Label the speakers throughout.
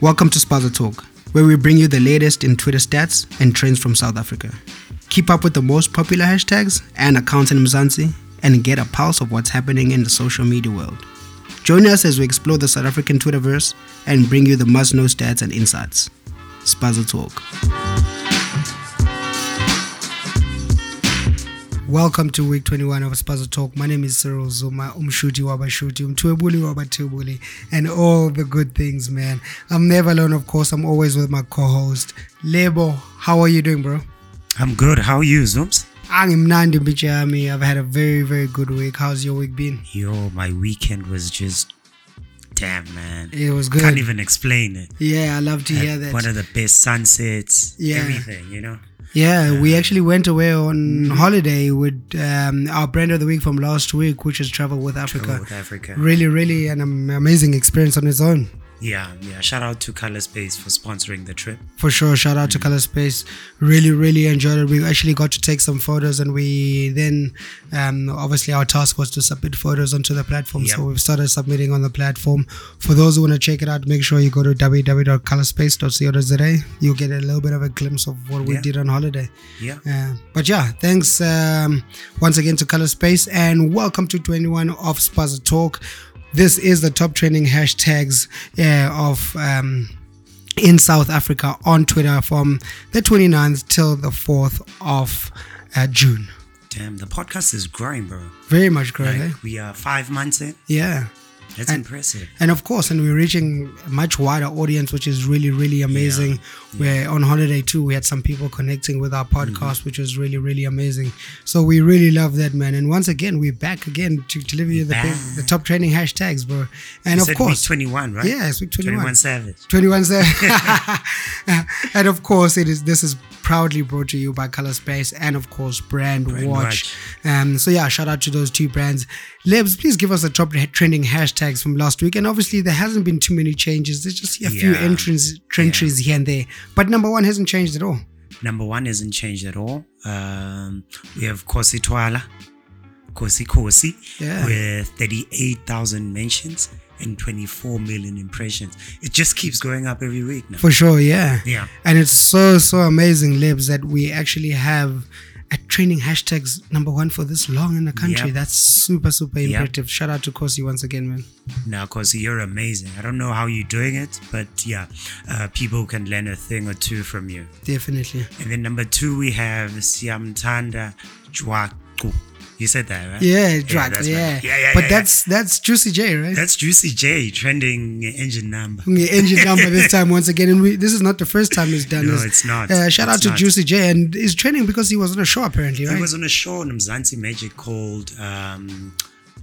Speaker 1: Welcome to Spaza Talk, where we bring you the latest in Twitter stats and trends from South Africa. Keep up with the most popular hashtags and accounts in Mzansi and get a pulse of what's happening in the social media world. Join us as we explore the South African Twitterverse and bring you the must know stats and insights. Spaza Talk. Welcome to week 21 of Spaza Talk. My name is Cyril Zuma, umshuti wabashuti, umtwebuli wabatwebuli, and all the good things, man. I'm never alone, of course. I'm always with my co-host, Lebo. How are you doing, bro?
Speaker 2: I'm good. How are you, Zooms?
Speaker 1: I'm Nandi Bichami. I've had a very, very good week. How's your week been?
Speaker 2: Yo, my weekend was just damn, man.
Speaker 1: It was good.
Speaker 2: Can't even explain it.
Speaker 1: Yeah, I love to hear
Speaker 2: Had
Speaker 1: that.
Speaker 2: One of the best sunsets.
Speaker 1: Yeah.
Speaker 2: Everything, you know.
Speaker 1: Yeah, Mm-hmm. we actually went away on holiday with um, our brand of the week from last week, which is Travel with Africa.
Speaker 2: South Africa.
Speaker 1: Really, really an am- amazing experience on its own.
Speaker 2: Yeah, yeah. Shout out to Color Space for sponsoring the trip.
Speaker 1: For sure, shout out to Color Space. Really, really enjoyed it. We actually got to take some photos, and we then, um, obviously, our task was to submit photos onto the platform.
Speaker 2: Yep.
Speaker 1: So we've started submitting on the platform. For those who want to check it out, make sure you go to www.colorspace.co.za. You'll get a little bit of a glimpse of what we
Speaker 2: Yeah.
Speaker 1: did on holiday.
Speaker 2: Yeah.
Speaker 1: Uh, but yeah, thanks um, once again to Color Space and welcome to 21 of Spaza Talk. This is the top trending hashtags uh, of um, in South Africa on Twitter from the 29th till the 4th of uh, June.
Speaker 2: Damn, the podcast is growing, bro.
Speaker 1: Very much growing, eh?
Speaker 2: Like we are five months in.
Speaker 1: Yeah.
Speaker 2: That's impressive.
Speaker 1: and of course and we're reaching a much wider audience which is really really amazing we're on holiday too we had some people connecting with our podcast which was really really amazing so we really love that man and once again we're back again to deliver you the, big, the top trending hashtags bro and
Speaker 2: You
Speaker 1: of
Speaker 2: said
Speaker 1: course
Speaker 2: week 21, right?
Speaker 1: yeah it's week 21,
Speaker 2: 21 Savage.
Speaker 1: 21 sir. and of course it is this is proudly brought to you by color space and of course brand, watch. um so yeah shout out to those two brands lebs please give us the top trending hashtags from last week and obviously there hasn't been too many changes there's just a few
Speaker 2: Yeah.
Speaker 1: entrance trenches here and there but number one hasn't changed at all
Speaker 2: Number one isn't changed at all. Um, we have Kosi Twala, Kosi Kosi,
Speaker 1: Yeah.
Speaker 2: with 38,000 mentions and 24 million impressions. It just keeps going up every week now.
Speaker 1: for sure yeah
Speaker 2: yeah.
Speaker 1: and it's so so amazing lebs that we actually have a trending hashtags number one for this long in the country
Speaker 2: Yep.
Speaker 1: that's super super
Speaker 2: Yep.
Speaker 1: impressive shout out to kosi once again man
Speaker 2: Now, Kosi, you're amazing. I don't know how you're doing it, but yeah, uh, people can learn a thing or two from you.
Speaker 1: definitely
Speaker 2: And then number two, we have Siamtanda Jwaku. You said that, right?
Speaker 1: Yeah, drugs.
Speaker 2: that's
Speaker 1: Yeah,
Speaker 2: right. yeah, yeah.
Speaker 1: But
Speaker 2: yeah, yeah.
Speaker 1: that's that's Juicy J, right?
Speaker 2: that's Juicy J trending engine number.
Speaker 1: the engine number this time once again, and we, this is not the first time he's done
Speaker 2: No,
Speaker 1: this.
Speaker 2: it's not.
Speaker 1: Uh, shout out
Speaker 2: It's
Speaker 1: to
Speaker 2: not.
Speaker 1: Juicy J, and he's training because he was on a show apparently, right?
Speaker 2: It was on a show on Mzansi Magic called um,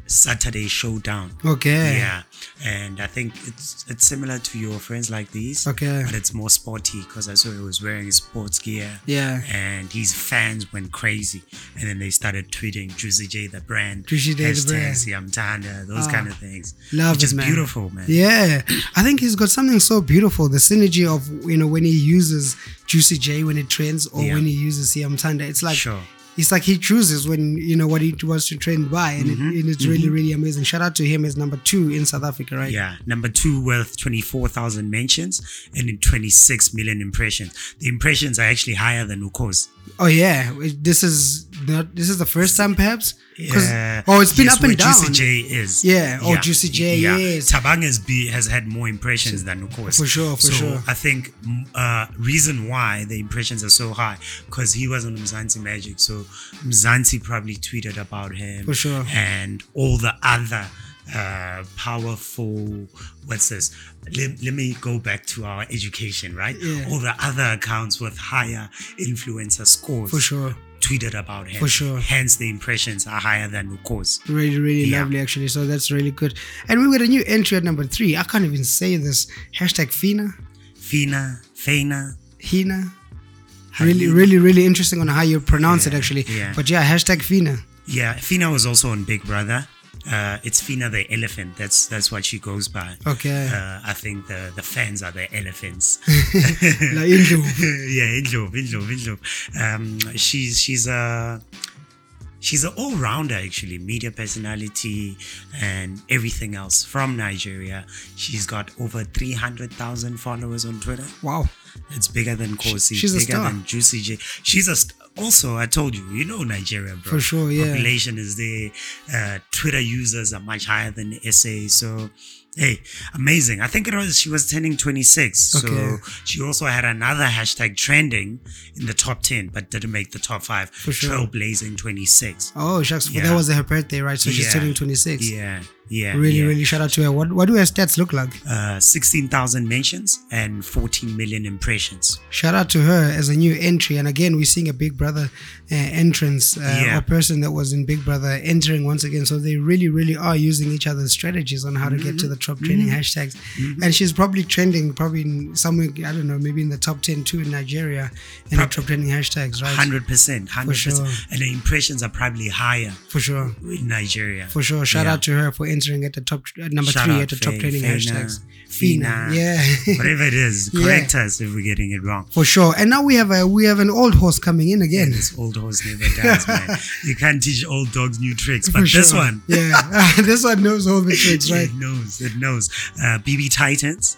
Speaker 2: Saturday Showdown.
Speaker 1: okay.
Speaker 2: Yeah, and I think it's it's similar to your friends like these.
Speaker 1: Okay.
Speaker 2: but it's more sporty because I saw he was wearing his sports gear.
Speaker 1: Yeah.
Speaker 2: and his fans went crazy, and then they started tweeting Juicy J the brand,
Speaker 1: Juicy J the brand. Ah.
Speaker 2: Yamtanda, those kind of things.
Speaker 1: love
Speaker 2: which
Speaker 1: it,
Speaker 2: is
Speaker 1: man.
Speaker 2: beautiful, man.
Speaker 1: Yeah, I think he's got something so beautiful. The synergy of you know when he uses Juicy J when it trends, or
Speaker 2: Yeah.
Speaker 1: when he uses CM Thunder. It's like
Speaker 2: Sure.
Speaker 1: it's like he chooses when you know what he wants to trend by, and,
Speaker 2: Mm-hmm.
Speaker 1: it, and it's really really amazing. Shout out to him as number two in South Africa, right?
Speaker 2: Yeah, number two with 24,000 mentions and in 26 million impressions. The impressions are actually higher than Uko's.
Speaker 1: Oh yeah, this is not this is the first time perhaps. 'Cause-
Speaker 2: Yeah.
Speaker 1: Oh, it's been
Speaker 2: Yes,
Speaker 1: up and
Speaker 2: where
Speaker 1: down.
Speaker 2: Juicy J is.
Speaker 1: Yeah, oh, Juicy J, yes.
Speaker 2: Tabang has, be, has had more impressions than Ukos.
Speaker 1: For sure, for
Speaker 2: so
Speaker 1: sure.
Speaker 2: I think mm, uh, reason why the impressions are so high because he was on Mzansi Magic. So Mzansi probably tweeted about him.
Speaker 1: For sure.
Speaker 2: And all the other uh powerful what's this let, let me go back to our education right
Speaker 1: Yeah.
Speaker 2: all the other accounts with higher influencer scores
Speaker 1: For sure.
Speaker 2: tweeted about him.
Speaker 1: For sure.
Speaker 2: Hence, the impressions are higher than Uko's.
Speaker 1: Really, really
Speaker 2: Yeah.
Speaker 1: lovely actually. So that's really good. And we got a new entry at number three. I can't even say this. Hashtag Fina.
Speaker 2: Fina, Fina,
Speaker 1: Hina.
Speaker 2: Hi-
Speaker 1: Really, really, really interesting on how you pronounce it
Speaker 2: Yeah,
Speaker 1: actually.
Speaker 2: yeah.
Speaker 1: But yeah, hashtag Fina.
Speaker 2: Yeah, Fina was also on Big Brother. Uh, it's Fina the elephant. That's that's what she goes by.
Speaker 1: Okay.
Speaker 2: Uh, I think the, the fans are the elephants.
Speaker 1: La Indlu.
Speaker 2: yeah, Indlob, Indlob, Indlob. Um, she's she's a she's an all rounder, actually, media personality and everything else from Nigeria. She's got over 300,000 followers on Twitter.
Speaker 1: Wow.
Speaker 2: It's bigger than Kosi,
Speaker 1: she's a
Speaker 2: bigger
Speaker 1: star.
Speaker 2: than Juicy J. She's a st- also. I told you, you know Nigeria, bro.
Speaker 1: For sure, yeah.
Speaker 2: Population is there. Uh, Twitter users are much higher than SA. So, hey, amazing. I think it was she was turning 26.
Speaker 1: Okay.
Speaker 2: So she also had another hashtag trending in the top 10, but didn't make the top five. For
Speaker 1: sure.
Speaker 2: Trailblazing 26.
Speaker 1: Oh, shucks. but
Speaker 2: Yeah.
Speaker 1: That was her birthday, right? So she's
Speaker 2: Yeah.
Speaker 1: turning 26.
Speaker 2: Yeah, yeah.
Speaker 1: Really,
Speaker 2: yeah.
Speaker 1: really shout out to her. What, what do her stats look like?
Speaker 2: Uh, 16,000 mentions and 14 million impressions.
Speaker 1: Shout out to her as a new entry. And again, we're seeing a Big Brother uh, entrance uh,
Speaker 2: Yeah.
Speaker 1: or person that was in Big Brother entering once again. So they really, really are using each other's strategies on how to
Speaker 2: Mm-hmm.
Speaker 1: get to the top trending hashtags. And she's probably trending, probably in somewhere, I don't know, maybe in the top 10 too in Nigeria in the
Speaker 2: Prob-
Speaker 1: top trending hashtags, right?
Speaker 2: Hundred percent, hundred
Speaker 1: sure.
Speaker 2: percent, and the impressions are probably higher
Speaker 1: For sure.
Speaker 2: in Nigeria.
Speaker 1: For sure. Shout
Speaker 2: Yeah.
Speaker 1: out to her for entering at the top, at number
Speaker 2: Shout
Speaker 1: three
Speaker 2: out
Speaker 1: at the top
Speaker 2: Faye,
Speaker 1: trending
Speaker 2: Fena,
Speaker 1: hashtags.
Speaker 2: Fina,
Speaker 1: Yeah.
Speaker 2: whatever it is,
Speaker 1: Yeah.
Speaker 2: correct us if we're getting it wrong.
Speaker 1: For sure. And now we have a we have an old horse coming in
Speaker 2: And
Speaker 1: again.
Speaker 2: this old horse never dies, man. You can't teach old dogs new tricks, but
Speaker 1: For
Speaker 2: this
Speaker 1: sure.
Speaker 2: one,
Speaker 1: Yeah. this one knows all the tricks, right?
Speaker 2: it knows, it knows. Uh, BB Titans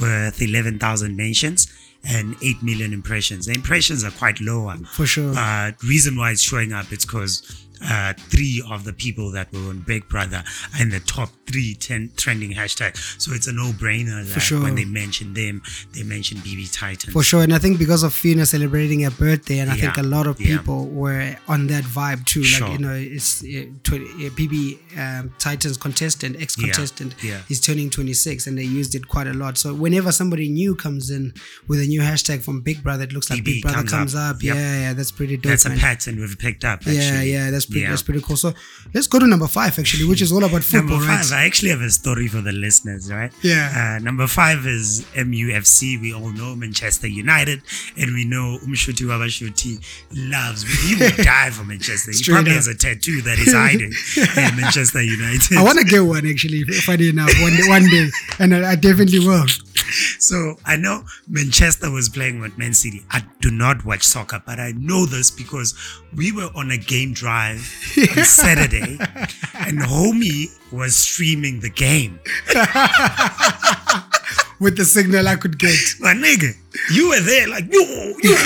Speaker 2: worth eleven thousand mentions and eight million impressions. The impressions are quite lower.
Speaker 1: For sure.
Speaker 2: Uh, reason why it's showing up it's because uh, three of the people that were on Big Brother are in the top three ten trending hashtags. So it's a no-brainer that
Speaker 1: sure.
Speaker 2: when they mention them, they mention BB Titans.
Speaker 1: For sure. And I think because of Fina celebrating her birthday, and I think a
Speaker 2: Yeah.
Speaker 1: lot of
Speaker 2: Yeah.
Speaker 1: people were on that vibe too.
Speaker 2: Sure.
Speaker 1: Like, you know, it's uh, tw- uh, PB um, Titans contestant, ex contestant,
Speaker 2: yeah.
Speaker 1: he's turning 26 and they used it quite a lot. So whenever somebody new comes in with a new hashtag from Big Brother, it looks like
Speaker 2: BB
Speaker 1: Big Brother comes,
Speaker 2: comes
Speaker 1: up.
Speaker 2: up. Yep.
Speaker 1: Yeah, yeah, that's pretty dope.
Speaker 2: That's a
Speaker 1: man.
Speaker 2: pattern we've picked up. Actually.
Speaker 1: yeah, yeah, that's pretty,
Speaker 2: Yeah.
Speaker 1: that's pretty cool. So let's go to number five, actually, which is all about football,
Speaker 2: Number
Speaker 1: right?
Speaker 2: five, I actually have a story for the listeners, right?
Speaker 1: Yeah.
Speaker 2: Uh, number five is MUFC. We all know Manchester United, and we know Umshuti Wabashuti loves. He would die for Manchester. he
Speaker 1: Straight
Speaker 2: probably
Speaker 1: up.
Speaker 2: has a tattoo that is hiding in Manchester United.
Speaker 1: I want to get one actually. Funny enough, one day, one day, and I, I definitely will.
Speaker 2: So I know Manchester was playing with Man City. I do not watch soccer, but I know this because we were on a game drive on Saturday and homie was streaming the game.
Speaker 1: With the signal I could get,
Speaker 2: My nigga, you were there like, yo, yo.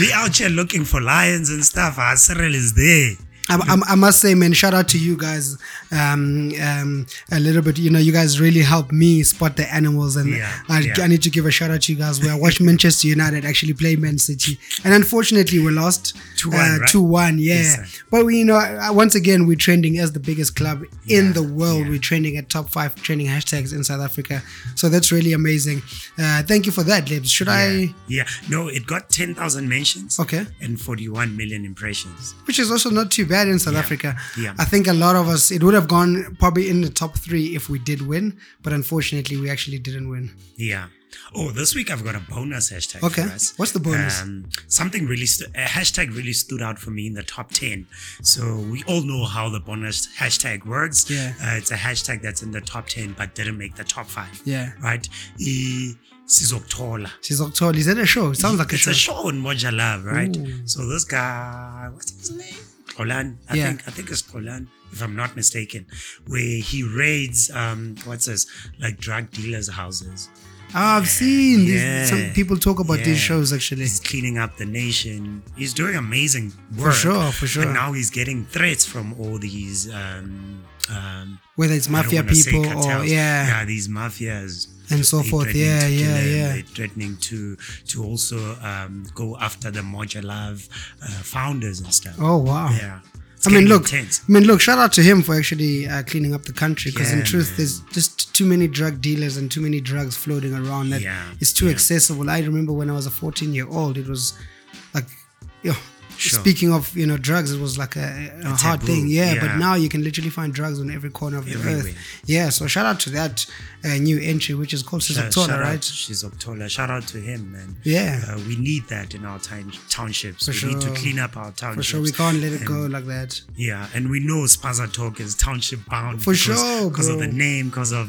Speaker 2: we out here looking for lions and stuff. Our Cyril is there.
Speaker 1: I, I, I must say, man, shout out to you guys. Um, um, a little bit, you know, you guys really helped me spot the animals, and
Speaker 2: Yeah,
Speaker 1: I,
Speaker 2: yeah.
Speaker 1: I need to give a shout out to you guys. Where I watched Manchester United actually play Man City, and unfortunately, we lost uh,
Speaker 2: 2-1, right?
Speaker 1: two one. Yeah,
Speaker 2: Yes, sir.
Speaker 1: but we, you know, I- once again, we're trending as the biggest club in
Speaker 2: Yeah,
Speaker 1: the world.
Speaker 2: yeah.
Speaker 1: We're trending at top five trending hashtags in South Africa, so that's really amazing. Uh, thank you for that, Libs. Should I?
Speaker 2: Yeah. No, it got 10,000 mentions
Speaker 1: Okay.
Speaker 2: and 41 million impressions.
Speaker 1: which is also not too bad in South
Speaker 2: Yeah.
Speaker 1: Africa.
Speaker 2: Yeah.
Speaker 1: I think a lot of us, it would have gone probably in the top three if we did win, but unfortunately, we actually didn't win.
Speaker 2: Yeah. Oh, this week I've got a bonus hashtag.
Speaker 1: Okay.
Speaker 2: For us.
Speaker 1: What's the bonus?
Speaker 2: Um, something really, stu- a hashtag really stood out for me in the top 10. So we all know how the bonus hashtag works.
Speaker 1: Yeah.
Speaker 2: Uh, it's a hashtag that's in the top 10 but didn't make the top five.
Speaker 1: Yeah.
Speaker 2: Right? E- Sizokuthola.
Speaker 1: She's October. Is that a show? It sounds like a
Speaker 2: it's
Speaker 1: show.
Speaker 2: a show in Moja Love, right?
Speaker 1: Ooh.
Speaker 2: So this guy, what's his name? Olan. I
Speaker 1: Yeah.
Speaker 2: think I think it's Olan, if I'm not mistaken, where he raids um what's this? Like drug dealers' houses.
Speaker 1: Ah, I've seen these,
Speaker 2: Yeah.
Speaker 1: some people talk about these
Speaker 2: Yeah.
Speaker 1: shows actually.
Speaker 2: He's cleaning up the nation. He's doing amazing work.
Speaker 1: sure, for sure.
Speaker 2: And now he's getting threats from all these um um
Speaker 1: Whether it's
Speaker 2: I don't
Speaker 1: mafia
Speaker 2: wanna say
Speaker 1: people or
Speaker 2: cartels.
Speaker 1: yeah,
Speaker 2: yeah, these mafias.
Speaker 1: and so
Speaker 2: They
Speaker 1: forth.
Speaker 2: threatening
Speaker 1: Yeah,
Speaker 2: to kill
Speaker 1: yeah,
Speaker 2: him.
Speaker 1: yeah.
Speaker 2: They're threatening to to also um, go after the Moja Love uh, founders and stuff.
Speaker 1: Oh wow.
Speaker 2: Yeah. It's
Speaker 1: I mean,
Speaker 2: getting
Speaker 1: look.
Speaker 2: intense.
Speaker 1: I mean, look. Shout out to him for actually uh, cleaning up the country. Because in
Speaker 2: Yeah,
Speaker 1: truth,
Speaker 2: man.
Speaker 1: there's just too many drug dealers and too many drugs floating around. That
Speaker 2: Yeah,
Speaker 1: it's too
Speaker 2: yeah.
Speaker 1: accessible. I remember when I was a 14 year old, it was like, yo.
Speaker 2: Sure.
Speaker 1: Speaking of you know drugs, it was like a, a hard
Speaker 2: taboo,
Speaker 1: thing, yeah, But
Speaker 2: yeah.
Speaker 1: now you can literally find drugs on every corner of the
Speaker 2: Everywhere.
Speaker 1: earth, yeah. So shout out to that uh, new entry, which is called
Speaker 2: Uh, Shout-
Speaker 1: Sizoktola,
Speaker 2: shout out
Speaker 1: right?
Speaker 2: to Shizoktola. Shout out to him, man.
Speaker 1: Yeah.
Speaker 2: Uh, we need that in our time, townships.
Speaker 1: For
Speaker 2: we need to
Speaker 1: sure.
Speaker 2: clean up our townships.
Speaker 1: For sure, we can't let it go like that.
Speaker 2: Yeah, and we know Spaza Talk is township bound
Speaker 1: For sure,
Speaker 2: because of the
Speaker 1: bro.
Speaker 2: name, because of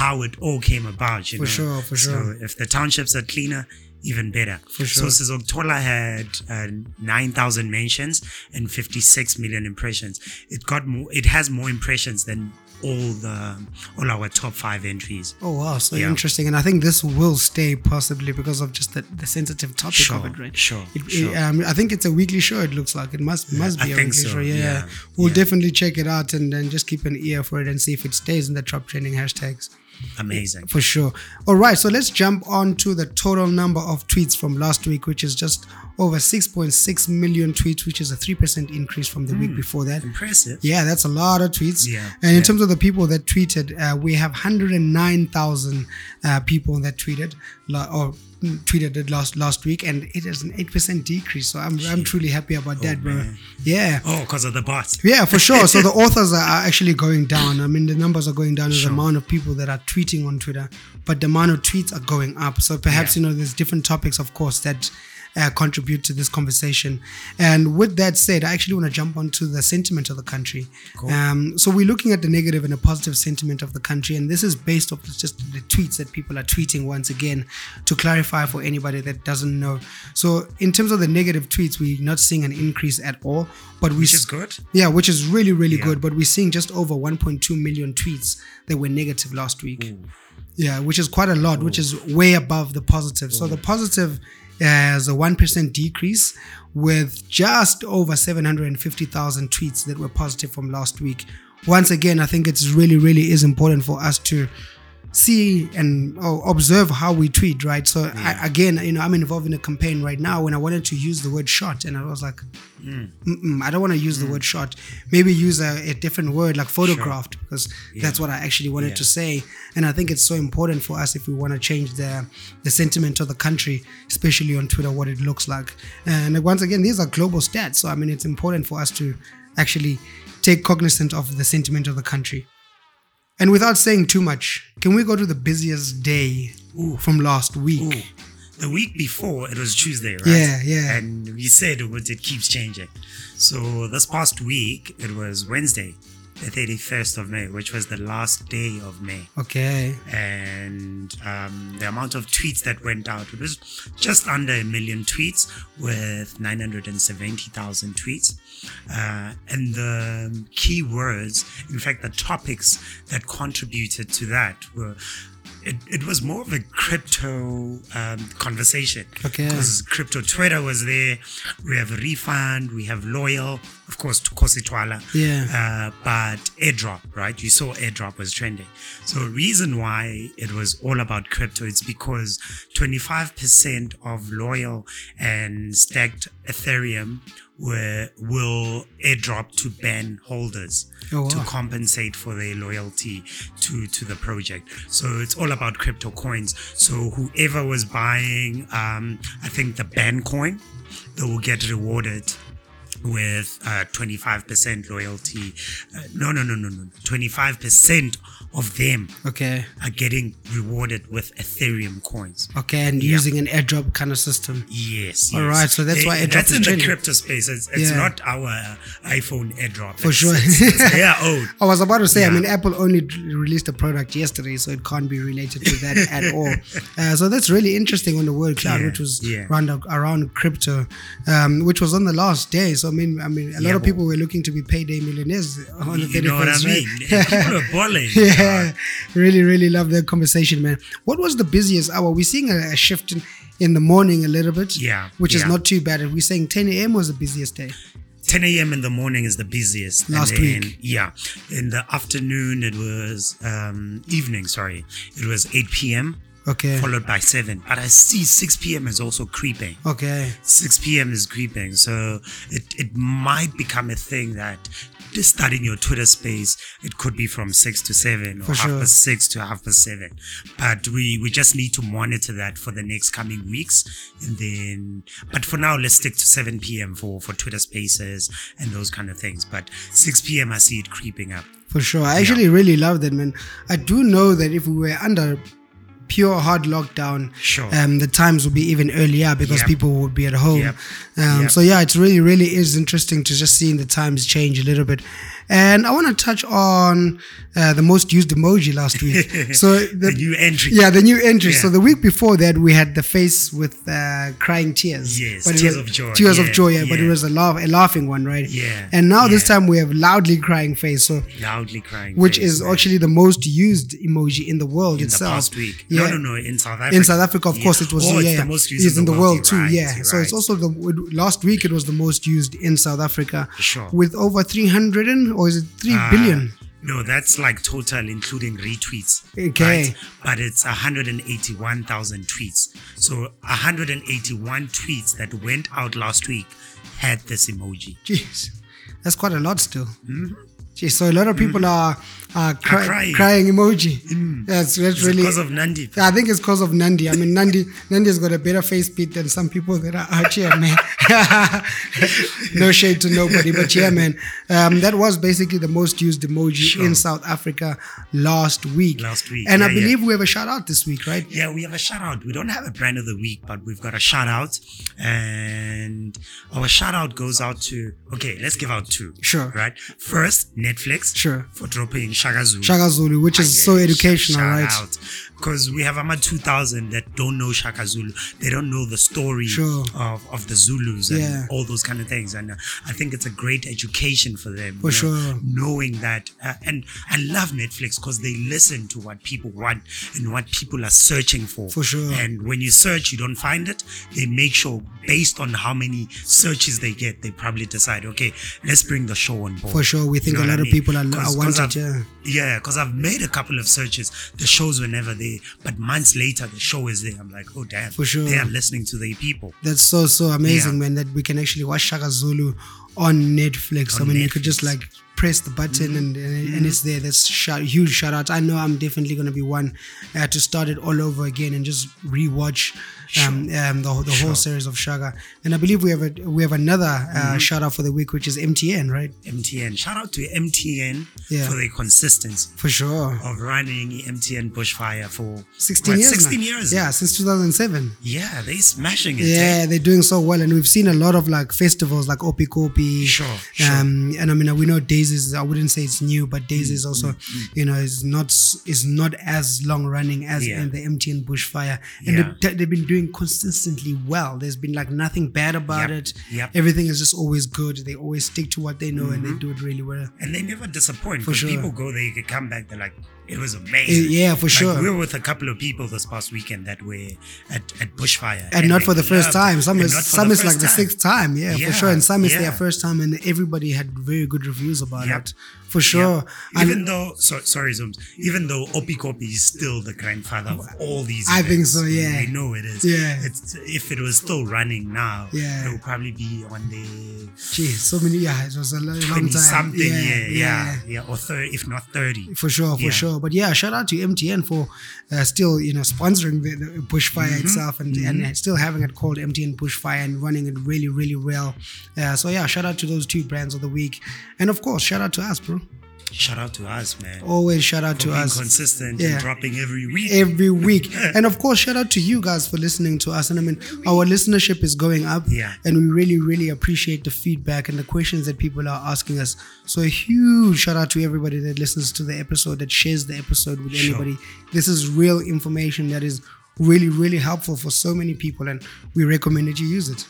Speaker 2: how it all came about. You
Speaker 1: For
Speaker 2: know?
Speaker 1: sure, for sure.
Speaker 2: So if the townships are cleaner, even better.
Speaker 1: For sure.
Speaker 2: So Sizoktola had uh, 9,000 mentions and 56 million impressions. It got more, it has more impressions than all the all our top five entries.
Speaker 1: Oh wow, so
Speaker 2: Yeah.
Speaker 1: interesting, and I think this will stay possibly because of just the, the sensitive topic of
Speaker 2: Sure,
Speaker 1: it, right?
Speaker 2: sure,
Speaker 1: It, it-
Speaker 2: sure.
Speaker 1: um, I think it's a weekly show. It looks like it must must
Speaker 2: I
Speaker 1: be a
Speaker 2: think
Speaker 1: weekly
Speaker 2: so,
Speaker 1: show. Yeah, yeah.
Speaker 2: yeah,
Speaker 1: we'll
Speaker 2: yeah.
Speaker 1: definitely check it out and then just keep an ear for it and see if it stays in the top trending hashtags
Speaker 2: Amazing.
Speaker 1: for sure. All right, so let's jump on to the total number of tweets from last week, which is just over 6.6 million tweets, which is a three percent increase from the
Speaker 2: Hmm.
Speaker 1: week before that.
Speaker 2: Impressive.
Speaker 1: Yeah, that's a lot of tweets.
Speaker 2: Yeah,
Speaker 1: And in
Speaker 2: yeah.
Speaker 1: terms of the people that tweeted, uh, we have 109,000 uh, people that tweeted la- or mm, tweeted it last last week, and it is an eight percent decrease. So I'm I'm truly happy about that, bro.
Speaker 2: Oh, man.
Speaker 1: Yeah.
Speaker 2: Oh, because of the bots.
Speaker 1: Yeah, for sure. So the authors are are actually going down. I mean, the numbers are going down as the
Speaker 2: Sure.
Speaker 1: amount of people that are tweeting on Twitter, but the amount of tweets are going up. So perhaps
Speaker 2: Yeah.
Speaker 1: you know, there's different topics, of course, that uh, contribute to this conversation. And with that said, I actually want to jump onto the sentiment of the country. Um, so we're looking at the negative and a positive sentiment of the country, and this is based off just the tweets that people are tweeting. Once again, to clarify for anybody that doesn't know, so in terms of the negative tweets, we're not seeing an increase at all, but we
Speaker 2: Which is good.
Speaker 1: yeah, which is really, really
Speaker 2: Yeah.
Speaker 1: good. But we're seeing just over 1.2 million tweets that were negative last week. Yeah, which is quite a lot, which is way above the positive. So the positive has a 1% decrease with just over 750,000 tweets that were positive from last week. Once again, I think it's really, really is important for us to see and oh, observe how we tweet, right? So I, again, you know, I'm involved in a campaign right now and I wanted to use the word shot and I was like, Mm-mm, Mm, I don't want to use
Speaker 2: Mm.
Speaker 1: the word shot. Maybe use a, a different word like photographed because that's what I actually wanted to say. And I think it's so important for us if we want to change the the sentiment of the country, especially on Twitter, what it looks like. And once again, these are global stats, so I mean, it's important for us to actually take cognizant of the sentiment of the country. And without saying too much, can we go to the busiest day from last week?
Speaker 2: Ooh. The week before, it was Tuesday, right?
Speaker 1: Yeah, yeah.
Speaker 2: And we said it, was- it keeps changing. So this past week, it was Wednesday, the 31st of May, which was the last day of May.
Speaker 1: Okay.
Speaker 2: and um, the amount of tweets that went out. It was just under a million tweets with 970,000 tweets. Uh, and the key words, in fact, the topics that contributed to that were. It, it was more of a crypto um, conversation
Speaker 1: Okay.
Speaker 2: because crypto Twitter was there. We have refund, we have loyal, of course, Tukosi Twala
Speaker 1: Yeah.
Speaker 2: uh, but airdrop, right? You saw airdrop was trending. So reason why it was all about crypto is because 25% of loyal and stacked Ethereum were, will airdrop to ban holders
Speaker 1: Oh,
Speaker 2: to
Speaker 1: wow.
Speaker 2: compensate for their loyalty to, to the project. So it's all about crypto coins. So whoever was buying, um, I think the ban coin, they will get rewarded with uh, 25% loyalty. Uh, no, no, no, no, no. 25% of them
Speaker 1: Okay.
Speaker 2: are getting rewarded with Ethereum coins.
Speaker 1: Okay, and
Speaker 2: Yeah.
Speaker 1: using an airdrop kind of system.
Speaker 2: Yes.
Speaker 1: All
Speaker 2: yes.
Speaker 1: right, so that's why
Speaker 2: They-
Speaker 1: airdrop
Speaker 2: that's
Speaker 1: is
Speaker 2: in
Speaker 1: trending.
Speaker 2: the crypto space. It's, it's
Speaker 1: Yeah.
Speaker 2: not our uh, iPhone airdrop.
Speaker 1: For sure.
Speaker 2: yeah. Oh,
Speaker 1: I was about to say, I
Speaker 2: Yeah.
Speaker 1: mean, Apple only d- released a product yesterday, so it can't be related to that at all. Uh, so that's really interesting on the word cloud,
Speaker 2: Yeah,
Speaker 1: which was
Speaker 2: yeah.
Speaker 1: round around, around crypto, um, which was on the last day. So I mean, I mean, a lot
Speaker 2: Yeah,
Speaker 1: of people were looking to be payday millionaires on the
Speaker 2: you
Speaker 1: thirty
Speaker 2: know what I
Speaker 1: first.
Speaker 2: mean? People are balling. Uh,
Speaker 1: yeah, really, really love that conversation, man. What was the busiest hour? We're seeing a, a shift in, in the morning a little bit,
Speaker 2: Yeah,
Speaker 1: which is
Speaker 2: yeah.
Speaker 1: not too bad. We're saying ten a.m. was the busiest day.
Speaker 2: 10 a.m. in the morning is the busiest. And
Speaker 1: Last
Speaker 2: then-
Speaker 1: week.
Speaker 2: Yeah. In the afternoon, it was um, evening, sorry. It was 8 p.m.
Speaker 1: Okay,
Speaker 2: followed by 7. But I see 6 p.m. is also creeping.
Speaker 1: okay.
Speaker 2: 6 p.m. is creeping. So it, it might become a thing that just starting your Twitter space, it could be from 6 to 7 or
Speaker 1: For
Speaker 2: half
Speaker 1: sure.
Speaker 2: past 6 to half past 7. But we, we just need to monitor that for the next coming weeks. And then, but for now, let's stick to 7 p.m. for, for Twitter spaces and those kind of things. But 6 p.m., I see it creeping up.
Speaker 1: For sure. I actually really love that, man. I do know that if we were under pure hard lockdown,
Speaker 2: Sure.
Speaker 1: um, the times will be even earlier because
Speaker 2: Yep.
Speaker 1: people would be at home.
Speaker 2: Yep.
Speaker 1: Um,
Speaker 2: Yep.
Speaker 1: So yeah, it's really, really is interesting to just seeing the times change a little bit. And I want to touch on uh, the most used emoji last week. so
Speaker 2: the new entry.
Speaker 1: yeah, the new entry.
Speaker 2: Yeah.
Speaker 1: So the week before that, we had the face with uh, crying tears.
Speaker 2: Yes,
Speaker 1: it
Speaker 2: tears
Speaker 1: was-
Speaker 2: of joy,
Speaker 1: Tears
Speaker 2: yeah,
Speaker 1: of joy, yeah, But it
Speaker 2: yeah.
Speaker 1: was a laugh, a laughing one, right?
Speaker 2: Yeah,
Speaker 1: And now this
Speaker 2: yeah.
Speaker 1: time we have loudly crying face, so
Speaker 2: Loudly crying.
Speaker 1: which
Speaker 2: face,
Speaker 1: is
Speaker 2: man.
Speaker 1: actually the most used emoji in the world
Speaker 2: in
Speaker 1: itself.
Speaker 2: the past week.
Speaker 1: Yeah.
Speaker 2: No, no, no. In South Africa.
Speaker 1: In South Africa, of course, it was
Speaker 2: Oh,
Speaker 1: yeah,
Speaker 2: it's
Speaker 1: yeah.
Speaker 2: the most used
Speaker 1: It's in the world, too.
Speaker 2: You're right,
Speaker 1: yeah,
Speaker 2: you're
Speaker 1: so it's
Speaker 2: right.
Speaker 1: also the it- last week it was the most used in South Africa,
Speaker 2: Sure.
Speaker 1: with over three hundred and or is it three
Speaker 2: Uh,
Speaker 1: billion?
Speaker 2: No, that's like total, including retweets.
Speaker 1: Okay.
Speaker 2: right? But it's 181,000 tweets. So 181 tweets that went out last week had this emoji.
Speaker 1: Jeez, that's quite a lot still. Jeez, so a lot of people are are, cry-
Speaker 2: Hmm? crying.
Speaker 1: crying. emoji. That's that's
Speaker 2: It's
Speaker 1: really.
Speaker 2: because of Nandi.
Speaker 1: I think it's because of Nandi. I mean, Nandi Nandi's got a better face beat than some people that are out here, man. no shade to nobody, but yeah, man. Um, that was basically the most used emoji
Speaker 2: Sure.
Speaker 1: in South Africa last week.
Speaker 2: Last week,
Speaker 1: and I
Speaker 2: yeah, yeah.
Speaker 1: believe we have a shout out this week, right?
Speaker 2: Yeah, we have a shout out. We don't have a brand of the week, but we've got a shout out. And our shout out goes out to, okay, let's give out two.
Speaker 1: Sure.
Speaker 2: Right? First, Netflix.
Speaker 1: Sure.
Speaker 2: For dropping Shaka Zulu.
Speaker 1: Shaka Zulu, which
Speaker 2: Ah,
Speaker 1: is so educational, right?
Speaker 2: Because we have about 2,000 that don't know Shaka Zulu. They don't know the story
Speaker 1: Sure.
Speaker 2: of, of the Zulus and
Speaker 1: Yeah.
Speaker 2: all those kind of things. And uh, I think it's a great education for them.
Speaker 1: For
Speaker 2: you know,
Speaker 1: sure.
Speaker 2: Knowing that. Uh, and I love Netflix because they listen to what people want and what people are searching for.
Speaker 1: For sure.
Speaker 2: And when you search, you don't find it. They make sure, based on how many searches they get, they probably decide, okay, let's bring the show on board.
Speaker 1: For sure, we think
Speaker 2: You know
Speaker 1: a
Speaker 2: what
Speaker 1: lot
Speaker 2: I
Speaker 1: of
Speaker 2: mean?
Speaker 1: people are, are
Speaker 2: 'Cause- 'cause
Speaker 1: wanted.
Speaker 2: I've-
Speaker 1: Yeah.
Speaker 2: yeah, because I've made a couple of searches. The shows were never there, but months later, the show is there. I'm like, oh damn,
Speaker 1: For sure.
Speaker 2: they are listening to their people.
Speaker 1: That's so so amazing,
Speaker 2: Yeah.
Speaker 1: man. That we can actually watch Shaka Zulu on Netflix.
Speaker 2: On
Speaker 1: I mean, you could
Speaker 2: Netflix.
Speaker 1: just
Speaker 2: Mm-hmm.
Speaker 1: like press the button and and, and it's there. That's shout, huge shout out. I know I'm definitely gonna be one uh, to start it all over again and just rewatch um, um, the, whole- the whole series of Shaka. And I believe we have a, we have another uh,
Speaker 2: Mm-hmm.
Speaker 1: shout out for the week, which is MTN, right?
Speaker 2: MTN, shout out to MTN
Speaker 1: Yeah.
Speaker 2: for their consistency
Speaker 1: For sure.
Speaker 2: of running MTN Bushfire for
Speaker 1: 16
Speaker 2: what,
Speaker 1: years. now.
Speaker 2: 16 years.
Speaker 1: Yeah, since 2007.
Speaker 2: yeah, they smashing it. eh?
Speaker 1: Yeah, they're doing so well, and we've seen a lot of like festivals like Opi Kopi.
Speaker 2: Sure, sure. Mm,
Speaker 1: Um, and I mean, we know Daisy's. I wouldn't say it's new, but Daisy's also, you know, is not is not as long running as
Speaker 2: Yeah.
Speaker 1: in the MTN Bushfire, and
Speaker 2: Yeah.
Speaker 1: they've, they've been doing consistently well. There's been like nothing bad about
Speaker 2: Yep,
Speaker 1: it.
Speaker 2: yep. Mm-hmm.
Speaker 1: Everything is just always good. They always stick to what they know, and they do it really well.
Speaker 2: And they never disappoint.
Speaker 1: For
Speaker 2: Because
Speaker 1: sure.
Speaker 2: people go there, you can come back, they're like, it was
Speaker 1: Eh,
Speaker 2: amazing.
Speaker 1: Yeah, for
Speaker 2: Like,
Speaker 1: sure.
Speaker 2: We were with a couple of people this past weekend that were at, at Bushfire.
Speaker 1: and not
Speaker 2: they
Speaker 1: for the first
Speaker 2: loved it.
Speaker 1: time. Some
Speaker 2: And
Speaker 1: is
Speaker 2: not for
Speaker 1: some
Speaker 2: the
Speaker 1: is like
Speaker 2: first
Speaker 1: the
Speaker 2: time.
Speaker 1: sixth time, yeah,
Speaker 2: Yeah,
Speaker 1: for sure. And some is
Speaker 2: yeah.
Speaker 1: their first time, and everybody had very good reviews about
Speaker 2: Yep.
Speaker 1: it, for sure.
Speaker 2: Yeah. Even
Speaker 1: And
Speaker 2: though, so, sorry, Zooms, even though Opikopi is still the grandfather of all these.
Speaker 1: I think
Speaker 2: events,
Speaker 1: so, yeah.
Speaker 2: We know it is.
Speaker 1: Yeah.
Speaker 2: It's, if it was still running now,
Speaker 1: Yeah.
Speaker 2: it would probably be on the
Speaker 1: geez, so many yeah, it was a lo- long,
Speaker 2: 20
Speaker 1: time,
Speaker 2: something, yeah yeah, yeah, Or 30, if not 30.
Speaker 1: For sure, for
Speaker 2: Yeah.
Speaker 1: sure, but yeah, shout out to MTN for uh, still you know sponsoring the, the bushfire
Speaker 2: Mm-hmm.
Speaker 1: itself and, and still having it called MTN Bushfire and running it really really well. Uh, so yeah, shout out to those two brands of the week, and of course shout out to us, bro.
Speaker 2: Shout out to us, man.
Speaker 1: Always shout out
Speaker 2: For
Speaker 1: Oh, to
Speaker 2: being
Speaker 1: us.
Speaker 2: consistent
Speaker 1: Yeah.
Speaker 2: and dropping every week.
Speaker 1: every week. and of course, shout out to you guys for listening to us. And I mean, our listenership is going up.
Speaker 2: Yeah.
Speaker 1: And we really, really appreciate the feedback and the questions that people are asking us. So a huge shout out to everybody that listens to the episode, that shares the episode with
Speaker 2: Sure.
Speaker 1: anybody. This is real information that is really, really helpful for so many people. And we recommend that you use it.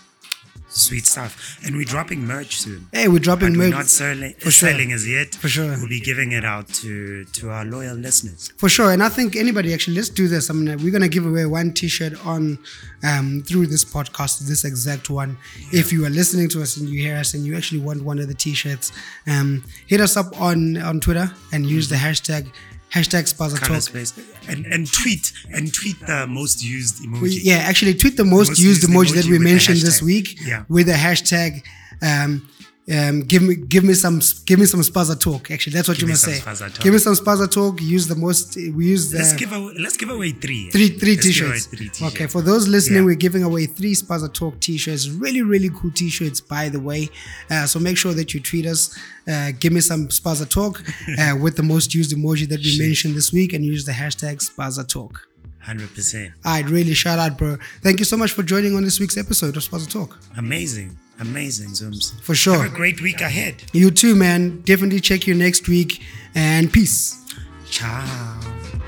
Speaker 2: Sweet stuff. And we're dropping merch soon.
Speaker 1: Hey, we're dropping
Speaker 2: But we're
Speaker 1: merch.
Speaker 2: not selling,
Speaker 1: For sure.
Speaker 2: selling as yet. For
Speaker 1: sure.
Speaker 2: We'll be giving it out to, to our loyal listeners.
Speaker 1: For sure, and I think anybody actually, let's do this. I mean, we're gonna give away one T-shirt on um, through this podcast, this exact one. If you are listening to us and you hear us and you actually want one of the T-shirts, um, hit us up on on Twitter and use the hashtag hashtag Spaza
Speaker 2: Color
Speaker 1: Talk.
Speaker 2: space. And, and tweet and tweet the most used emoji.
Speaker 1: We- yeah, actually, tweet the most,
Speaker 2: Most
Speaker 1: used
Speaker 2: used
Speaker 1: emoji that
Speaker 2: emoji
Speaker 1: we
Speaker 2: with the
Speaker 1: mentioned this
Speaker 2: hashtag.
Speaker 1: week
Speaker 2: Yeah.
Speaker 1: with the hashtag. Um, um, give me, give me some, give me some spaza talk. Actually, that's what you
Speaker 2: me
Speaker 1: must
Speaker 2: some
Speaker 1: say.
Speaker 2: spaza talk.
Speaker 1: Give me some spaza talk. Use the most. We use the.
Speaker 2: Let's give away. Let's give away three.
Speaker 1: three three
Speaker 2: Let's give
Speaker 1: t-shirts.
Speaker 2: away three t-shirts.
Speaker 1: Okay, for those listening,
Speaker 2: Yeah.
Speaker 1: we're giving away three Spaza Talk t-shirts. Really, really cool t-shirts, by the way. Uh, so make sure that you tweet us. Uh, give me some Spaza Talk uh, with the most used emoji that we mentioned this week, and use the hashtag Spaza Talk.
Speaker 2: 100%.
Speaker 1: All right, really, shout out, bro. Thank you so much for joining on this week's episode of Sponsor Talk.
Speaker 2: Amazing. Amazing, Zooms.
Speaker 1: For sure.
Speaker 2: Have a great week ahead.
Speaker 1: You too, man. Definitely check you next week. And peace.
Speaker 2: Ciao.